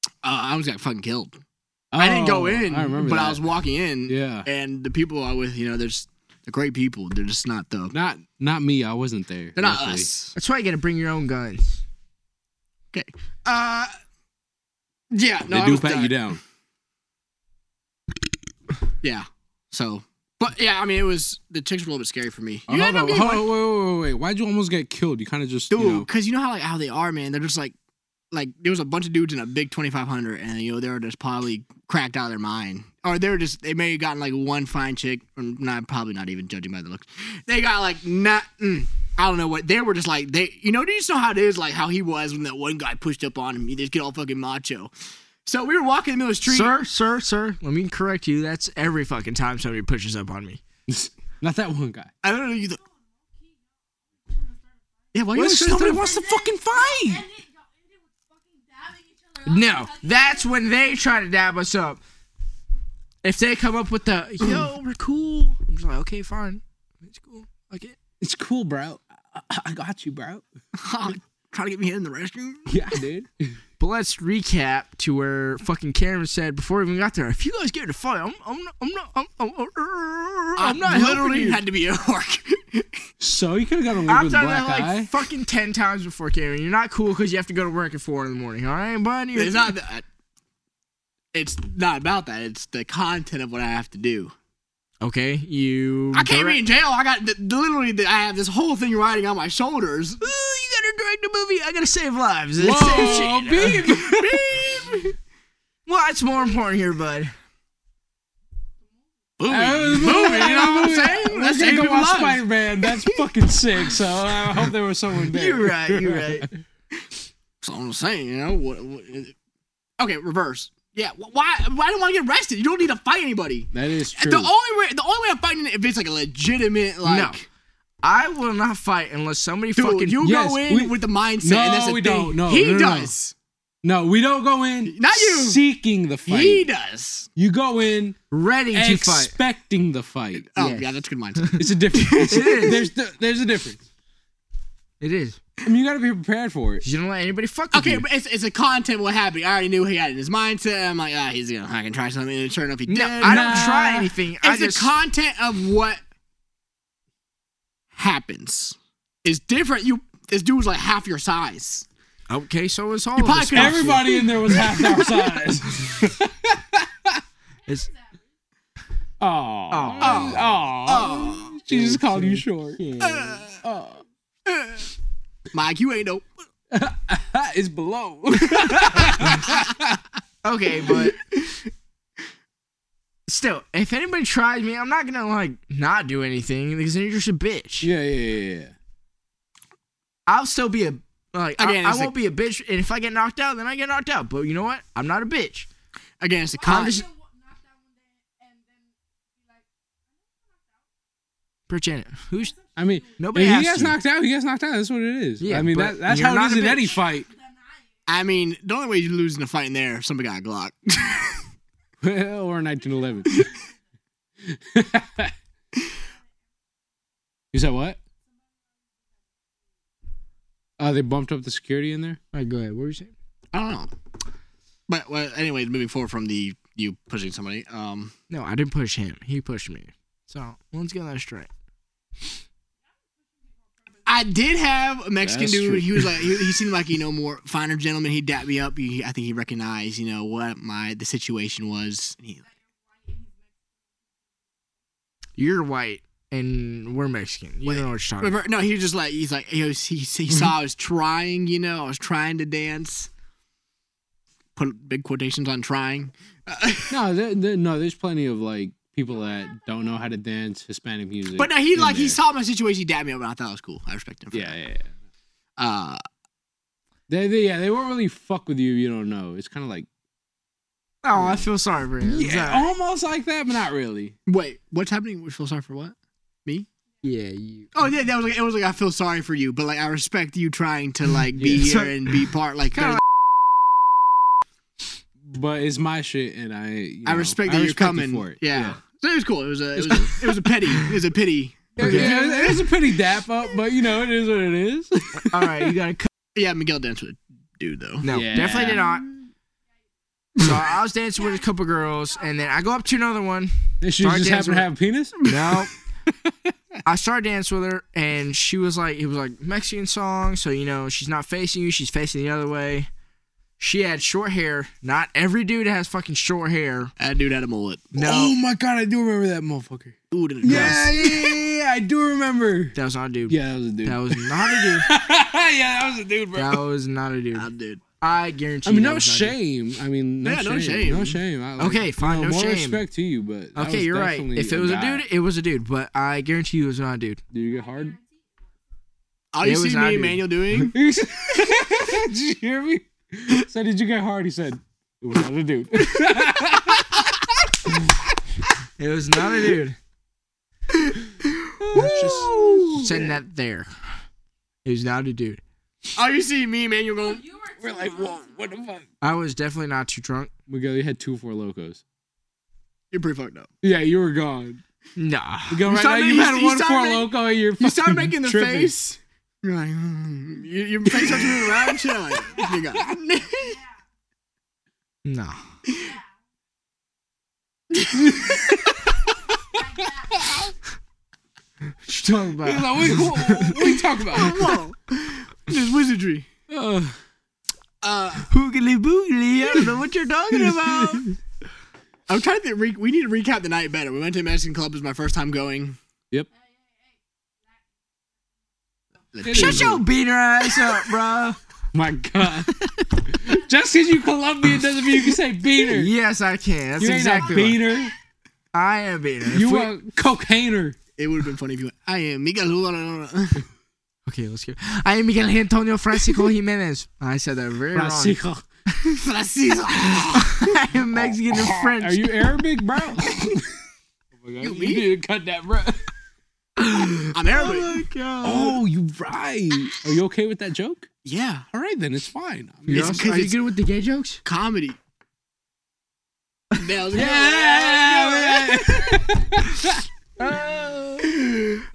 S1: uh, I was got fucking killed. I didn't
S2: Oh,
S1: go in,
S2: I remember
S1: but
S2: that.
S1: I was walking in.
S2: Yeah.
S1: And the people I was, you know, they're, just, they're great people. They're just not the.
S2: not not me. I wasn't there.
S1: They're not
S2: luckily.
S1: us.
S3: That's why you gotta bring your own guns.
S1: Okay. Uh. Yeah. No.
S2: They
S1: I
S2: do
S1: was
S2: pat
S1: done.
S2: you down.
S1: Yeah. So. But yeah, I mean, it was the chicks were a little bit scary for me.
S2: Oh, oh.
S1: You
S2: hold
S1: end up
S2: on,
S1: getting
S2: hold
S1: one-
S2: on, wait, wait, wait, wait. Why'd you almost get killed? You kind of just,
S1: dude,
S2: you know,
S1: because you know how like how they are, man. They're just like, like there was a bunch of dudes in a big twenty five hundred, and you know they were just probably cracked out of their mind, or they were just they may have gotten like one fine chick, or not probably not even judging by the looks. They got like not. Mm, I don't know what they were just like. They, you know, do you just know how it is? Like how he was when that one guy pushed up on him. You just get all fucking macho. So we were walking in the middle of the street.
S3: Sir, sir, sir, let me correct you. That's every fucking time somebody pushes up on me.
S2: not that one guy.
S1: I don't know. You th- yeah, why you
S2: Well,
S1: always
S2: somebody
S1: throw-
S2: wants to fucking fight.
S3: No, that's when they try to dab us up. If they come up with the, yo, we're cool. I'm just like, okay, fine. It's cool. Like it.
S2: It's cool, bro. I, I got you, bro.
S1: trying to get me hit in the restroom?
S2: Yeah, dude.
S3: But let's recap to where fucking Cameron said before we even got there. If you guys get in a fight, I'm, I'm not, I'm not, I'm, I'm, I'm not
S1: I
S3: helping
S1: literally
S3: you.
S1: had to be at work.
S2: So you could have got a little
S3: I've
S2: bit
S3: done
S2: black
S3: that like
S2: eye.
S3: fucking ten times before, Cameron. You're not cool because you have to go to work at four in the morning. All right, buddy.
S1: it's not that. It's not about that. It's the content of what I have to do.
S3: Okay, you.
S1: I can't be
S3: direct-
S1: in jail. I got the, literally. The, I have this whole thing riding on my shoulders.
S3: Ooh, you gotta direct a movie. I gotta save lives.
S2: Whoa,
S3: Save shit.
S2: baby.
S3: Well, that's more important here, bud.
S1: Boom.
S2: Movie,
S1: you know what I'm saying?
S2: Let's
S1: Let's
S2: take
S1: save
S2: a
S1: people's
S2: watch
S1: lives.
S2: Spider Man. That's fucking sick. So I hope there was someone there.
S3: You're right. You're right.
S1: That's all I'm saying. You know what? what okay, reverse. Yeah. wh- Why? Why do you want to get arrested? You don't need to fight anybody.
S2: That is true.
S1: The only way. The only way I'm fighting it if it's like a legitimate like.
S3: No. I will not fight unless somebody
S1: Dude,
S3: fucking.
S1: you
S2: Yes,
S1: go in
S2: we-
S1: with the mindset.
S2: No,
S1: and that's the
S2: we
S1: thing.
S2: don't. No,
S1: he
S2: no, no, no.
S1: does.
S2: No, we don't go in
S1: Not you.
S2: seeking the fight.
S1: He does.
S2: You go in
S3: Ready to fight.
S2: expecting the fight.
S1: Oh
S3: Yes.
S1: yeah, that's a good mindset.
S2: It's a difference. It's-
S3: It is.
S2: there's the- there's a difference.
S3: It is.
S2: I mean, you gotta be prepared for it.
S3: You don't let anybody fuck with
S1: okay,
S3: you.
S1: but it's, it's a content. What happened? I already knew he had it in his mindset. I'm like, ah, he's gonna I can try something. And sure enough, he did.
S3: No, I don't
S2: nah.
S3: try anything. I
S1: it's
S3: just
S1: the content of what happens is different. You this dude was like half your size.
S3: okay. So it's all
S1: You
S3: of
S1: probably
S3: us
S1: could-
S3: fuck.
S2: Everybody in there was half our size.
S3: It's-
S2: Oh,
S3: Aw.
S2: oh, she just called you short. Aw.
S1: Mike, you ain't no.
S2: it's below.
S3: okay, but still, if anybody tries me, I'm not gonna like not do anything because then you're just a bitch.
S2: yeah, yeah, yeah, yeah.
S3: I'll still be a like
S1: Again,
S3: I, I
S1: it's like-
S3: won't be a bitch, and if I get knocked out, then I get knocked out. But you know what? I'm not a bitch.
S1: Again, it's the content.
S3: just- Pretend who's
S2: I mean,
S3: Nobody
S2: if he
S3: asked
S2: gets
S3: you.
S2: knocked out. He gets knocked out. That's what it is.
S3: Yeah,
S2: I mean,
S3: but
S2: that, that's
S3: you're
S2: how
S3: not
S2: it is
S3: a
S2: in any
S3: bitch.
S2: fight.
S1: I mean, the only way you lose in a fight in there, if somebody got a Glock.
S2: or 1911. you said what? Uh, they bumped up the security in there.
S3: All right, go ahead. What were you saying?
S1: I don't know. But well, anyways, moving forward from the you pushing somebody. Um,
S3: No, I didn't push him. He pushed me. So let's get that straight.
S1: I did have a Mexican
S2: That's
S1: dude.
S2: true.
S1: He was like, he, he seemed like you know more finer gentleman. He dapped me up. He, I think he recognized you know what my the situation was. He-
S3: You're white and we're Mexican. You
S1: Wait,
S3: know what you're talking about.
S1: Rever- No, he was just like he's like he was, he, he saw I was trying, you know, I was trying to dance. Put big quotations on trying. Uh,
S2: No, there, there- no, there's plenty of like people that don't know how to dance Hispanic music.
S1: but no, he
S2: in
S1: like he
S2: there.
S1: saw my situation, he dabbed me up, and I thought that was cool. I respect him. For
S2: Yeah,
S1: that.
S2: yeah, yeah.
S1: Uh,
S2: They, they, yeah, they won't really fuck with you. if You don't know. It's kind of like
S3: Oh, I feel sorry for him.
S2: yeah,
S3: Sorry.
S2: almost like that, but not really.
S1: wait, what's happening? We feel sorry for what? Me?
S3: yeah. You.
S1: Oh yeah, that was like it was like I feel sorry for you, but like I respect you trying to like be
S2: Yeah.
S1: here and be part like.
S3: Kinda
S1: there's-
S2: But it's my shit, and I you
S1: I
S2: know,
S1: respect that you're
S2: respect you
S1: coming.
S2: for it.
S1: Yeah. So it was cool. It was a it was a, it was a pity. It was a pity.
S2: Yeah,
S3: Okay.
S2: yeah, it is a pretty dap up, but you know it is what it is.
S3: All right, you gotta cut.
S1: Yeah, Miguel danced with a dude though.
S3: No,
S2: Yeah.
S3: definitely did not. So I was dancing with a couple girls, and then I go up to another one.
S2: This shit
S3: Start
S2: just
S3: dancing
S2: happen to have a penis.
S3: No. I started dancing with her, and she was like, it was like Mexican song, so you know she's not facing you, she's facing the other way. She had short hair. Not every dude has fucking short hair.
S1: That dude had a mullet.
S3: No,
S2: Oh my god, I do remember that motherfucker.
S1: Dude in a dress.
S2: Yeah, yeah, yeah, yeah, yeah, I do remember.
S3: that was not a dude.
S2: Yeah, that was a dude.
S3: That was not a dude.
S2: yeah, that was a dude, bro.
S3: That was not a
S1: Ah,
S3: dude.
S1: dude.
S3: I guarantee.
S2: I mean,
S3: that
S2: no
S3: was not a dude.
S2: shame. I mean, no
S1: Yeah,
S2: shame.
S1: no shame.
S2: No shame. I,
S3: Okay, fine,
S2: you
S3: no
S2: more
S3: shame.
S2: respect to you, but that
S3: Okay,
S2: was
S3: you're right.
S2: definitely
S3: If it was a
S2: guy.
S3: dude, it was a dude. But I guarantee you it was not a dude.
S2: do you get hard?
S1: All you
S3: It was
S1: see
S3: not
S1: me
S3: you.
S1: and Manuel doing?
S2: did you hear me? So did you get hard? He said it was not a dude.
S3: It was not a dude.
S2: That's just
S3: Send that there. It was not a dude.
S1: All you see me and Manuel going?
S2: we're like, whoa, what the fuck?
S3: I was definitely not too drunk.
S2: Miguel, you had two four locos.
S1: You're pretty fucked up.
S2: Yeah, you were gone.
S3: Nah.
S2: Go right now.
S1: started-
S2: You,
S1: you-
S2: had
S1: you
S2: one
S1: started
S2: four
S1: making-
S2: loco. And you're
S1: You start
S2: fucking
S1: making the
S2: tripping.
S1: face. You're like, mm. you, your face starts moving around. Shit, like, you got-
S3: Nah. what you talking
S2: He's
S3: about?
S2: like, "Wait, wha- what, are you talking about?
S1: Whoa, there's wizardry.
S2: Ugh.
S1: Uh,
S3: Hoogly boogly. I don't know what you're talking about.
S1: I'm trying to think. Re- we need to recap the night better. We went to the Mexican club. It was my first time going.
S2: yep. It
S3: Shut
S2: is.
S3: your beater ass up, bro.
S2: My God. Just because you Colombian doesn't mean you can say beater.
S3: Yes, I can. That's
S2: you ain't
S3: exactly
S2: a
S3: what-
S2: beater.
S3: I am a beater. If
S2: You
S3: we-
S2: a cocainer.
S1: It would have been funny if you went. I am Miguel. Hugo-
S3: Okay, let's go. I am Miguel Antonio Francisco Jimenez. I said that very wrong.
S2: Francisco.
S1: Francisco.
S3: I am Mexican and French.
S2: Are you Arabic, bro? oh my God. You,
S1: me?
S2: need to cut that, bro.
S1: I'm Arabic.
S3: god. Oh
S2: Oh, you right. Are you okay with that joke?
S1: Yeah,
S2: All right, then it's fine. I mean,
S1: It's 'cause
S3: are you
S1: it's-
S3: good with the gay jokes?
S1: comedy. Nails it.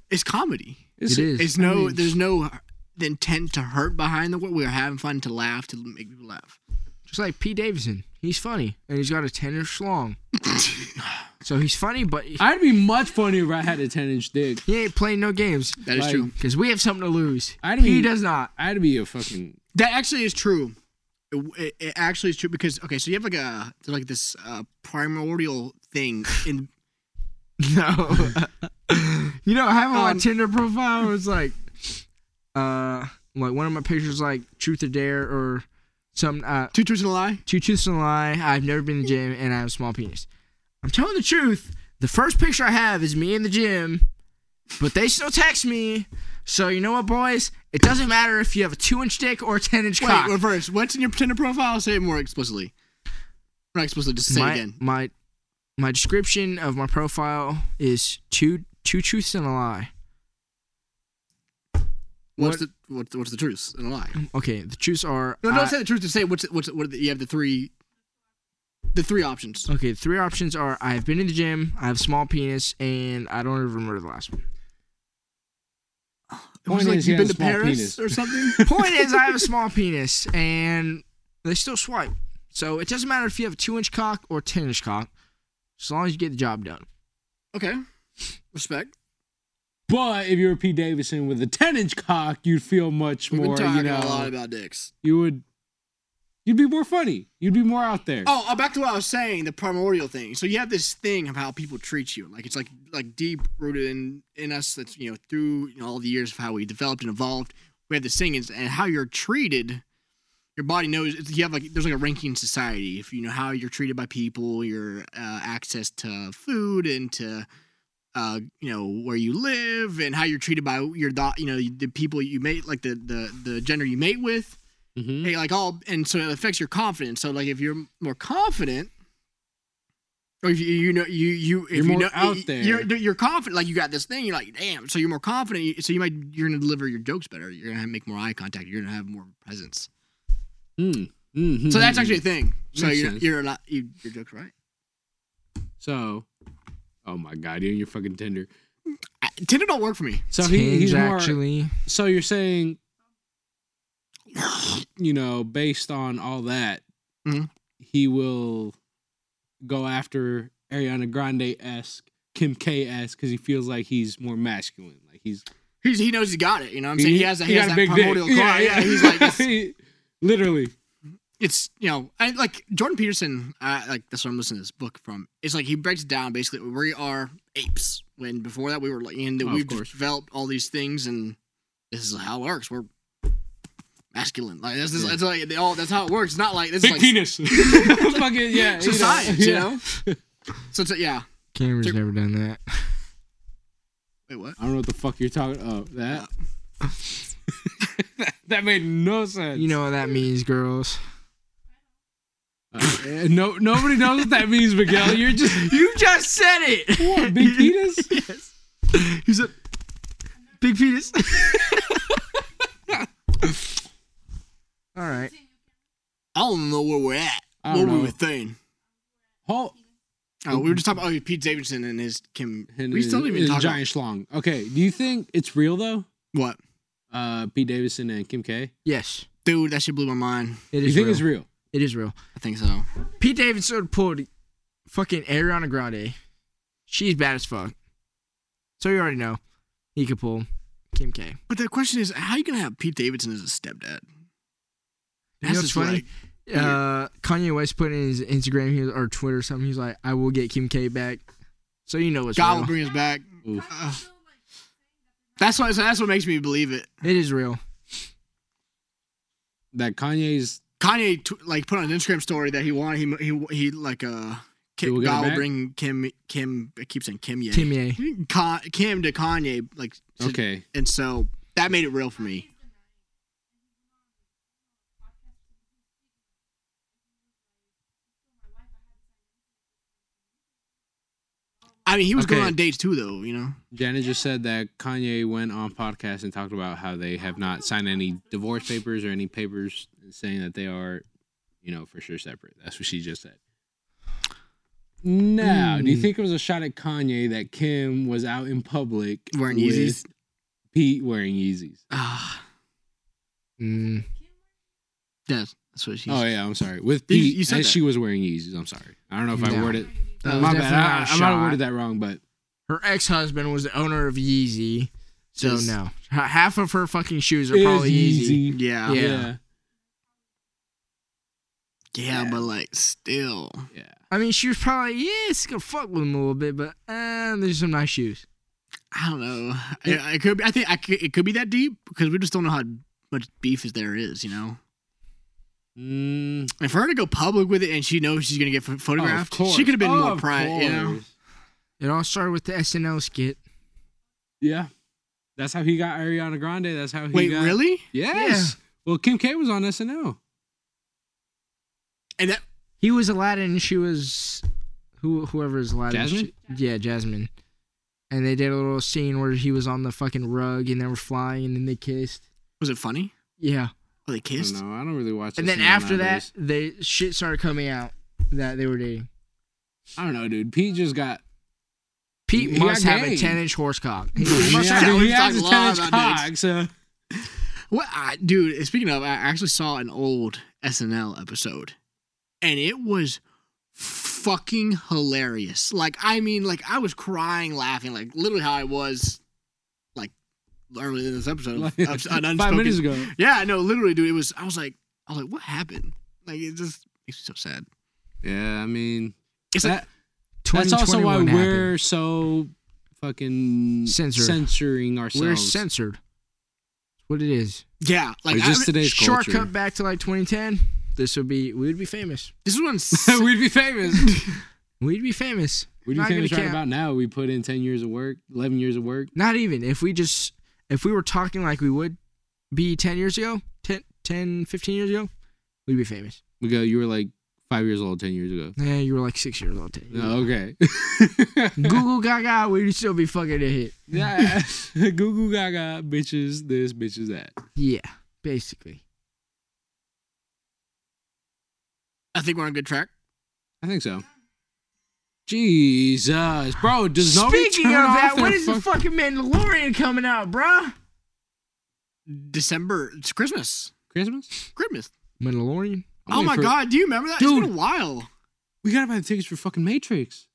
S1: It's comedy.
S2: It's-
S3: It is.
S1: It's
S3: I
S1: no.
S3: mean-
S1: There's no intent to hurt behind the word. We're having fun to laugh to make people laugh.
S3: Just like Pete Davidson. He's funny and he's got a 10 inch long. so he's funny, but he
S2: I'd be much funnier if I had a 10 inch dick.
S3: ain't playing no games.
S1: That is
S2: Like-
S1: true.
S3: Because we have something to lose.
S2: I didn't
S3: He
S2: even-
S3: does not.
S2: I'd be a fucking.
S1: That actually is true. It, it, it actually is true because okay, so you have like a like this uh, primordial thing in
S3: No. you know, I have on my
S1: Um,
S3: Tinder profile. It's like, uh, like one of my pictures, like truth or dare or some uh,
S1: two truths and a lie.
S3: two truths and a lie. I've never been in the gym and I have a small penis. I'm telling the truth. The first picture I have is me in the gym, but they still text me. So you know what, boys? It doesn't matter if you have a two-inch dick or a ten-inch cock.
S1: Wait, reverse. What's in your Tinder profile? Say it more explicitly. Not explicitly. Just say it
S3: my,
S1: again.
S3: my my description of my profile is two two truths and a lie.
S1: What's the what, what's the truth and a lie?
S3: Okay, the truths are
S1: No, don't
S3: I-
S1: say the truth. Just say what's what's what are the, you have the three, the three options.
S3: Okay, the three options are I have been in the gym, I have small penis, and I don't even remember the last one.
S1: It was
S2: Point
S1: like
S2: is,
S1: you've
S2: yeah,
S1: been to
S2: small
S1: Paris
S2: penis.
S1: or something.
S3: Point is, I have a small penis, and they still swipe. So it doesn't matter if you have a two inch cock or a 10 inch cock, as long as you get the job done.
S1: okay, respect.
S2: But if you were Pete Davidson with a 10 inch cock, you'd feel much
S1: We've
S2: more,
S1: been talking
S2: you know.
S1: a lot about dicks.
S2: you would. You'd be more funny. You'd be more out there.
S1: Oh, uh, back to what I was saying, the primordial thing. So you have this thing of how people treat you, like it's like like deep rooted in in us. That's you know through you know, all the years of how we developed and evolved. We have this thing is and how you're treated. Your body knows it's- you have like there's like a ranking society. If you know how you're treated by people, your uh, access to food and to uh, you know where you live and how you're treated by your thought, you know the people you mate, like the the the gender you mate with
S2: Mm-hmm.
S1: hey, like all, and so it affects your confidence. So like if you're more confident, or if you, you know you you if
S2: You're
S1: you
S2: more
S1: know,
S2: out
S1: you-
S2: there.
S1: you're you're confident. Like you got this thing. You're like, damn. So you're more confident. you- So you might you're gonna deliver your jokes better. You're gonna make more eye contact. You're gonna have more presence.
S2: Mm-hmm.
S1: So that's actually a thing. So
S2: Makes
S1: you're
S2: sense.
S1: you're not you, your jokes right.
S2: So, oh my god, you're on your fucking Tinder.
S1: I, Tinder don't work for me.
S2: So he, he's
S3: Hinge,
S2: more.
S3: actually.
S2: So you're saying, you know, based on all that,
S1: Mhm.
S2: he will go after Ariana Grande esque, Kim K esque, because he feels like he's more masculine. Like he's
S1: He's, he knows he got it. You know what I'm saying? He, has, that he has that
S2: dick.
S1: primordial core. Yeah, he's like, it's,
S2: literally.
S1: it's you know I, like jordan peterson I, like that's what i'm listening to this book from it's like he breaks it down basically we are apes when before that we were like and
S2: Oh, of
S1: we've
S2: course.
S1: developed all these things and this is how it works we're masculine like that's, this,
S2: Yeah.
S1: that's like they all that's how it works it's not like this
S2: Big
S1: is like
S2: penis. fucking yeah.
S1: it's a science you know so it's like, yeah
S3: Cameron's never done that.
S1: wait what
S2: I don't know what the fuck you're talking. Oh, that. that made no sense.
S3: You know what that means, girls.
S2: Uh, eh, no, nobody knows what that means, Miguel. You're just
S3: You just said it!
S2: what, big penis.
S3: He's a big penis. All right.
S1: i don't know where we're at
S2: I
S1: what
S2: don't
S1: were
S2: know.
S1: we thinking
S2: Whole
S1: oh, we were just talking about oh, Pete Davidson and his Kim.
S2: and
S1: we still
S2: it-
S1: didn't
S2: it's
S1: even
S2: a
S1: talk
S2: giant schlong. Okay, do you think it's real though?
S1: about what,
S2: Uh, Pete Davidson and Kim K.
S3: Yes.
S1: dude. That shit blew my mind.
S3: It
S2: Do you
S3: is
S2: think
S3: real.
S2: it's real?
S3: It is real.
S1: I think so.
S3: Pete Davidson pulled fucking Ariana Grande. She's bad as fuck. So you already know he could pull Kim K.
S1: But the question is, how you gonna have Pete Davidson as a stepdad?
S3: You know
S1: That's
S3: what's
S1: just
S3: funny?
S1: like-
S3: Uh, Kanye West put in his Instagram he was- or Twitter or something. He's like, "I will get Kim K back." So you know it's
S1: God will
S3: real.
S1: bring us back.
S2: Oof.
S1: Uh, that's what that's what makes me believe it.
S3: it is real.
S2: That Kanye's
S1: Kanye tw- like put on an Instagram story that he wanted he he he like uh Ki-
S2: He will get
S1: God
S2: her
S1: will
S2: back?
S1: bring Kim Kim I keep saying Kim Ye.
S3: Kim Ye.
S1: Ka- Kim to Kanye like to-
S2: okay.
S1: and so that made it real for me. I I mean, he was going
S2: Okay.
S1: on dates too, though. You know,
S2: Janet just said that Kanye went on podcast and talked about how they have not signed any divorce papers or any papers saying that they are, you know, for sure separate. That's what she just said. Now, do you
S3: Mm.
S2: think it was a shot at Kanye that Kim was out in public
S1: Wearing
S2: with
S1: Yeezys?
S2: Pete wearing Yeezys.
S1: ah,
S3: Mm.
S1: yes, that's what she's.
S2: Oh yeah, I'm sorry. With
S1: You-
S2: Pete,
S1: you said
S2: and
S1: that.
S2: she was wearing Yeezys. I'm sorry. I don't know if I
S3: No.
S2: worded.
S3: That was
S2: My bad.
S3: definitely not
S2: I,
S3: a
S2: I might have
S3: shot.
S2: worded that wrong, but
S3: Her ex husband was the owner of Yeezy, so
S1: Just-
S3: no. H- Half of her fucking shoes are
S2: It is
S3: probably Yeezy.
S2: Yeezy.
S1: Yeah.
S3: Yeah.
S1: yeah,
S2: yeah,
S1: but like still,
S2: yeah.
S3: I mean, she was probably yeah, it's gonna fuck with him a little bit, but uh, there's some nice shoes.
S1: I don't know. I, I could. Be, I think I could, it could be that deep because we just don't know how much beef is there is. You know,
S2: Mm,
S1: and for her to go public with it, and she knows she's gonna get ph-
S2: oh, of
S1: photographed,
S2: course. Oh,
S1: she could have been more
S2: Of
S1: private. You know,
S2: course.
S3: It all started with the SNL skit.
S2: Yeah. That's how he got Ariana Grande. That's how he
S1: wait,
S2: got.
S1: really?
S2: Yes. Well, Kim K was on SNL.
S1: And that
S3: He was Aladdin. She was who whoever is Aladdin.
S2: Jasmine?
S3: She- yeah, Jasmine. And they did a little scene where he was on the fucking rug and they were flying and then they kissed.
S1: was it funny?
S3: Yeah.
S1: Oh, they
S2: I
S1: kissed.
S2: don't know. I don't really watch.
S3: And then
S2: SNL
S3: after
S2: nowadays.
S3: that, they shit started coming out that they were dating.
S2: I don't know, dude. Pete just got.
S3: Pete
S2: He got
S3: must have a
S2: gay.
S3: ten inch horse cock.
S1: must
S2: Yeah,
S1: have-
S2: dude,
S1: we've
S2: he
S1: talked
S2: has a
S1: a lot
S2: tennis
S1: about
S2: cock. So
S1: What, I, dude? Speaking of, I actually saw an old SNL episode, and it was fucking hilarious. Like, I mean, like I was crying, laughing, like literally how I was, like earlier in this episode.
S2: like,
S1: of- of an
S2: five minutes
S1: unspoken-
S2: ago.
S1: Yeah, no, literally, dude. It was. I was like, I was like, what happened? Like, it just makes me so sad.
S2: Yeah, I mean,
S1: It's like,
S2: that, that's also why
S3: 2021 happened.
S2: we're so fucking
S3: Censored.
S2: censoring ourselves.
S3: we're censored. That's what it is.
S1: yeah, like I,
S2: Resist today's
S3: Short
S2: culture.
S3: cut back to like 2010. This would be we would be famous.
S1: this is what I'm s-
S2: We'd be famous.
S3: We'd be famous.
S2: We'd be
S3: Not gonna
S2: famous right
S3: count.
S2: about now. We put in ten years of work, eleven years of work.
S3: Not even if we just if we were talking like we would be 10 years ago, 10, 10 15 years ago, we'd be famous.
S2: We go. You were like five years old, ten years ago.
S3: Yeah, you were like six years old. 10 years
S2: No, okay.
S3: ago. Google Gaga, we'd still be fucking a hit.
S2: yeah. Google Gaga, bitches this, bitches that.
S3: Yeah, basically.
S1: I think we're on a good track.
S2: I think so. Jesus, bro. Does nobody
S3: Speaking
S2: turn
S3: of
S2: off
S3: that,
S2: their
S3: when is the
S2: fuck-
S3: fucking Mandalorian coming out, bruh?
S1: December, it's Christmas,
S2: Christmas?
S1: Christmas.
S3: Mandalorian.
S2: I'm
S1: oh
S2: waiting
S1: my
S2: for-
S1: god, do you remember that? It's
S2: Dude.
S1: been a while.
S2: We gotta buy the tickets for fucking Matrix.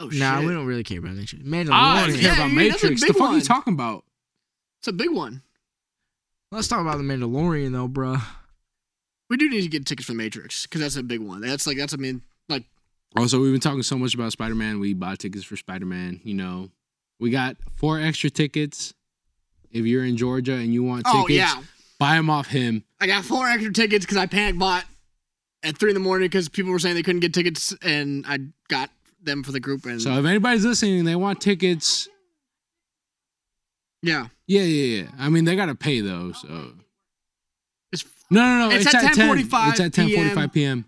S1: Oh shit.
S3: Nah, we don't really care about that shit.
S2: I
S3: Mandalorian.
S2: don't care
S1: Yeah,
S2: about
S1: dude, that's a
S2: Matrix. The
S1: big
S2: fuck are you
S1: one.
S2: talking about?
S1: It's a big one.
S3: Let's talk about the Mandalorian though, bruh.
S1: We do need to get tickets for the Matrix because that's a big one. That's like that's I mean like
S2: Also, we've been talking so much about Spider Man. We bought tickets for Spider Man. You know, we got four extra tickets. If you're in Georgia and you want tickets,
S1: oh yeah,
S2: buy them off him.
S1: I got four extra tickets because I panic bought at three in the morning because people were saying they couldn't get tickets and I got them for the group and
S2: So if anybody's listening and they want tickets,
S1: yeah,
S2: yeah, yeah, yeah. I mean, they gotta pay though. So no,
S1: it's
S2: no, no. It's,
S1: It's
S2: at,
S1: at
S2: 10.
S1: 10:45
S2: It's at 10:45 p.m.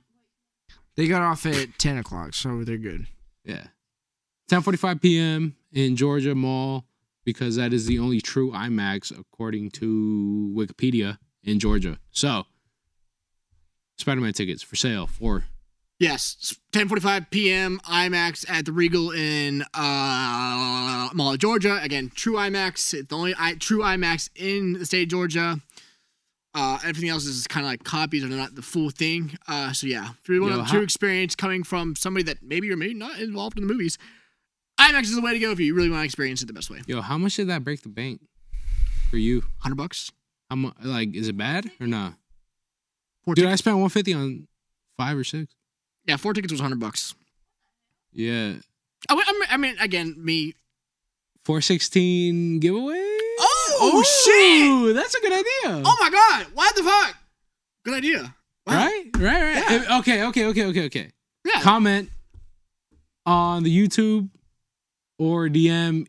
S3: They got off at 10 o'clock, so they're good.
S2: Yeah, 10:45 p.m. in Georgia Mall because that is the only true IMAX according to Wikipedia in Georgia. So Spider Man tickets for sale for
S1: yes, ten forty five p.m. IMAX at the Regal in uh, Mall of Georgia. Again, true IMAX. It's the only I, true IMAX in the state of Georgia. Uh, everything else is kind of like copies or not the full thing. Uh, so yeah, if you want
S2: Yo,
S1: a
S2: how-
S1: true experience coming from somebody that maybe or maybe not involved in the movies, IMAX is the way to go if you really want to experience it the best way.
S2: Yo, how much did that break the bank for you?
S1: Hundred bucks.
S2: How much? Like, is it bad or not?
S1: Four
S2: Dude,
S1: tickets.
S2: I spent one fifty on five or six.
S1: Yeah, four tickets was hundred bucks.
S2: Yeah,
S1: I, went- I'm- I mean, again, me.
S2: four sixteen giveaway.
S1: Oh, shit!
S2: shit! That's a good idea.
S1: Oh my god! Why the fuck? Good idea. wow.
S2: Right, right, right. Eh, Okay, okay, okay, okay, okay.
S1: Yeah.
S2: Comment on the YouTube or DM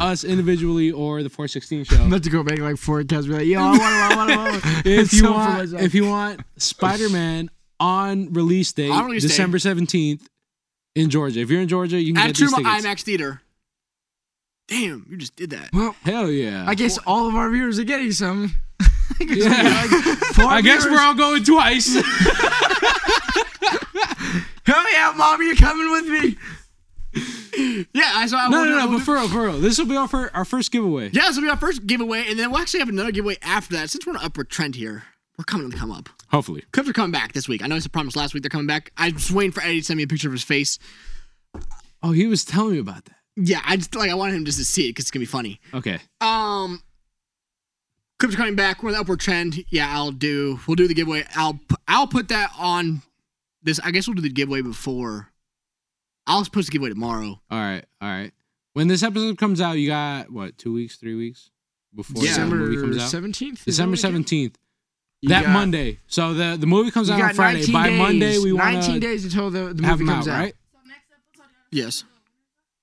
S2: us individually or the four sixteen show.
S3: I'm about to go back like four times. Be like, yo, I want, I want, I want, I want.
S2: if
S3: It's
S2: you
S3: so
S2: want,
S3: much-
S2: if you want Spider Man on release date,
S1: On release date.
S2: December seventeenth in Georgia. If you're in Georgia, you can
S1: At
S2: get these
S1: Truma
S2: tickets.
S1: IMAX Theater. Damn, you just did that.
S3: Well,
S2: Hell yeah!
S3: I guess all of our viewers are getting some.
S2: Yeah.
S3: For our
S2: I guess
S3: viewers,
S2: we're all going twice.
S3: Hurry up, mom! You're coming with me.
S1: Yeah, I saw.
S2: no,
S1: we'll do-
S2: no, no.
S1: we'll
S2: But
S1: do-
S2: for real, for real, this will be our first, our first giveaway.
S1: Yeah, this will be our first giveaway, and then we'll actually have another giveaway after that. Since we're on an upward trend here, we're coming to come up.
S2: Hopefully,
S1: Clips are coming back this week. I know it's a promise last week they're coming back. I was waiting for Eddie to send me a picture of his face.
S2: Oh, he was telling me about that.
S1: Yeah, I just like I wanted him just to see it because it's gonna be funny.
S2: Okay.
S1: Um, clips are coming back. We're on the upward trend. Yeah, I'll do. We'll do the giveaway. I'll pu- I'll put that on this. I guess we'll do the giveaway before. I'll post the giveaway tomorrow.
S2: All right. All right. When this episode comes out, you got what? Two weeks? Three weeks?
S1: Yeah.
S2: Before the
S3: December
S2: movie comes out.
S3: seventeenth.
S2: December seventeenth. That Monday. So the the movie comes
S3: You
S2: out on
S3: got
S2: Friday.
S3: 19
S2: By
S3: days,
S2: Monday, we want
S3: nineteen
S2: to
S3: days until the, the
S2: have
S3: movie
S2: them out,
S3: comes out.
S2: right?
S1: Yes.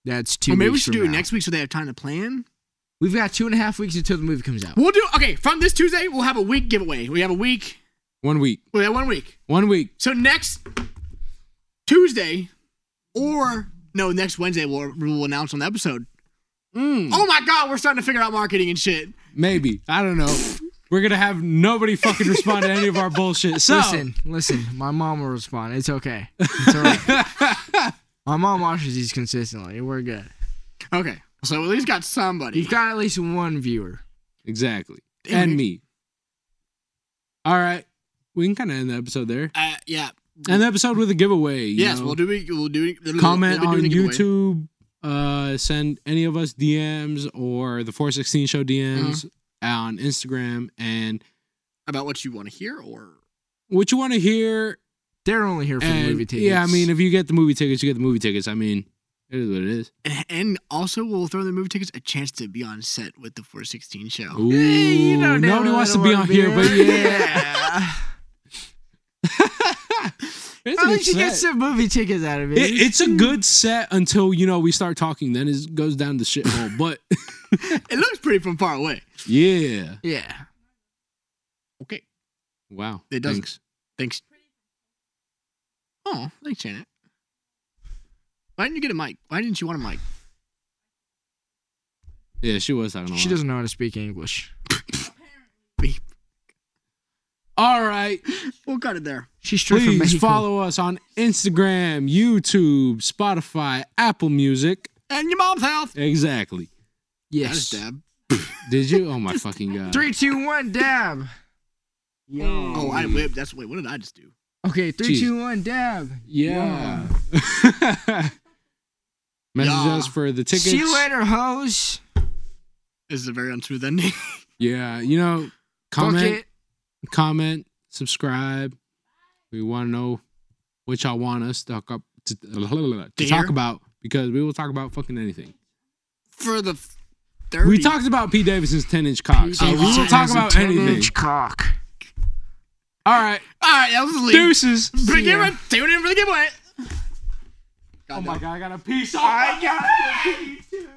S3: That's two.
S1: or maybe we
S3: weeks
S1: should
S3: from
S1: do it
S3: now.
S1: next week so they have time to plan.
S3: We've got two and a half weeks until the movie comes out.
S1: We'll do okay. From this Tuesday, we'll have a week giveaway. We have a week.
S2: One week.
S1: We have one week.
S2: One week.
S1: So next Tuesday, or no, next Wednesday we'll, we'll announce on the episode.
S3: Hmm.
S2: Mm,
S1: Oh my God, we're starting to figure out marketing and shit.
S2: Maybe. I don't know. We're gonna have nobody fucking respond to any of our bullshit. So
S3: Listen, listen. My mom will respond. It's okay. It's all right. my mom watches these consistently. We're good.
S1: Okay, so at least got somebody.
S3: You've got at least one viewer.
S2: exactly.
S1: Damn it.
S2: and me. All right. We can kind of end the episode there.
S1: uh, yeah.
S2: End the episode with a giveaway. you
S1: yes,
S2: know.
S1: we'll do. it- We'll do. it- we'll-
S2: comment
S1: we'll be
S2: on
S1: doing a giveaway.
S2: YouTube. Uh, send any of us DMs or the 416 show DMs
S3: Uh-huh.
S2: on Instagram and
S1: about what you want to hear, or
S2: what you want to hear.
S3: They're only here for
S2: and-
S3: the movie tickets.
S2: yeah, I mean, if you get the movie tickets, you get the movie tickets. I mean, it is what it is.
S1: and, and also we'll throw the movie tickets a chance to be on set with the 416 show.
S2: Ooh,
S3: you know, they
S2: nobody
S3: don't
S2: wants to
S3: wanna
S2: be on
S3: be
S2: here,
S3: on-
S2: but yeah,
S3: yeah.
S2: it's,
S3: At
S2: a good
S3: least you get
S2: set.
S3: some movie tickets out of it.
S2: It- it's a good set until you know we start talking. Then it goes down the shithole. But
S1: It looks pretty from far away.
S2: yeah,
S3: yeah.
S1: Okay,
S2: wow,
S1: It doesn't.
S2: thanks.
S1: thanks. Oh, thanks, Janet. Why didn't you get a mic? Why didn't you want a mic?
S2: Yeah, she was talking. A
S3: She
S2: lot.
S3: doesn't know how to speak English.
S1: Beep.
S2: All right.
S1: We'll cut it there.
S3: She's straight from
S2: Please
S3: Mexico.
S2: follow us on Instagram, YouTube, Spotify, Apple Music.
S1: And your mom's house.
S2: Exactly.
S3: Yes.
S1: Dab.
S2: Did you? Oh my fucking god.
S3: Three, two, one, dab.
S1: Oh, I whipped. That's wait. What did I just do?
S3: Okay, three,
S2: Jeez.
S3: two, one, dab.
S2: Yeah. Message
S1: Yeah.
S2: us for the tickets.
S3: See you later, hoes.
S1: This is a very unsmooth ending.
S2: Yeah, you know,
S3: Fuck
S2: comment,
S3: it.
S2: comment, subscribe. We want to know what y'all want us to talk up to, to
S1: hear?
S2: talk about because we will talk about fucking anything.
S1: For the f- thirty.
S2: We talked about Pete Davidson's 10-inch cock. So
S1: Pete
S2: we will
S1: Davidson
S2: talk
S3: Has a
S2: about
S3: 10
S2: anything.
S3: inch cock.
S2: All right.
S1: All right, that was the lead.
S2: Deuces.
S1: But give it. Tune in for the giveaway. God,
S2: Oh
S1: no.
S2: my god, I got a piece.
S3: I got you too.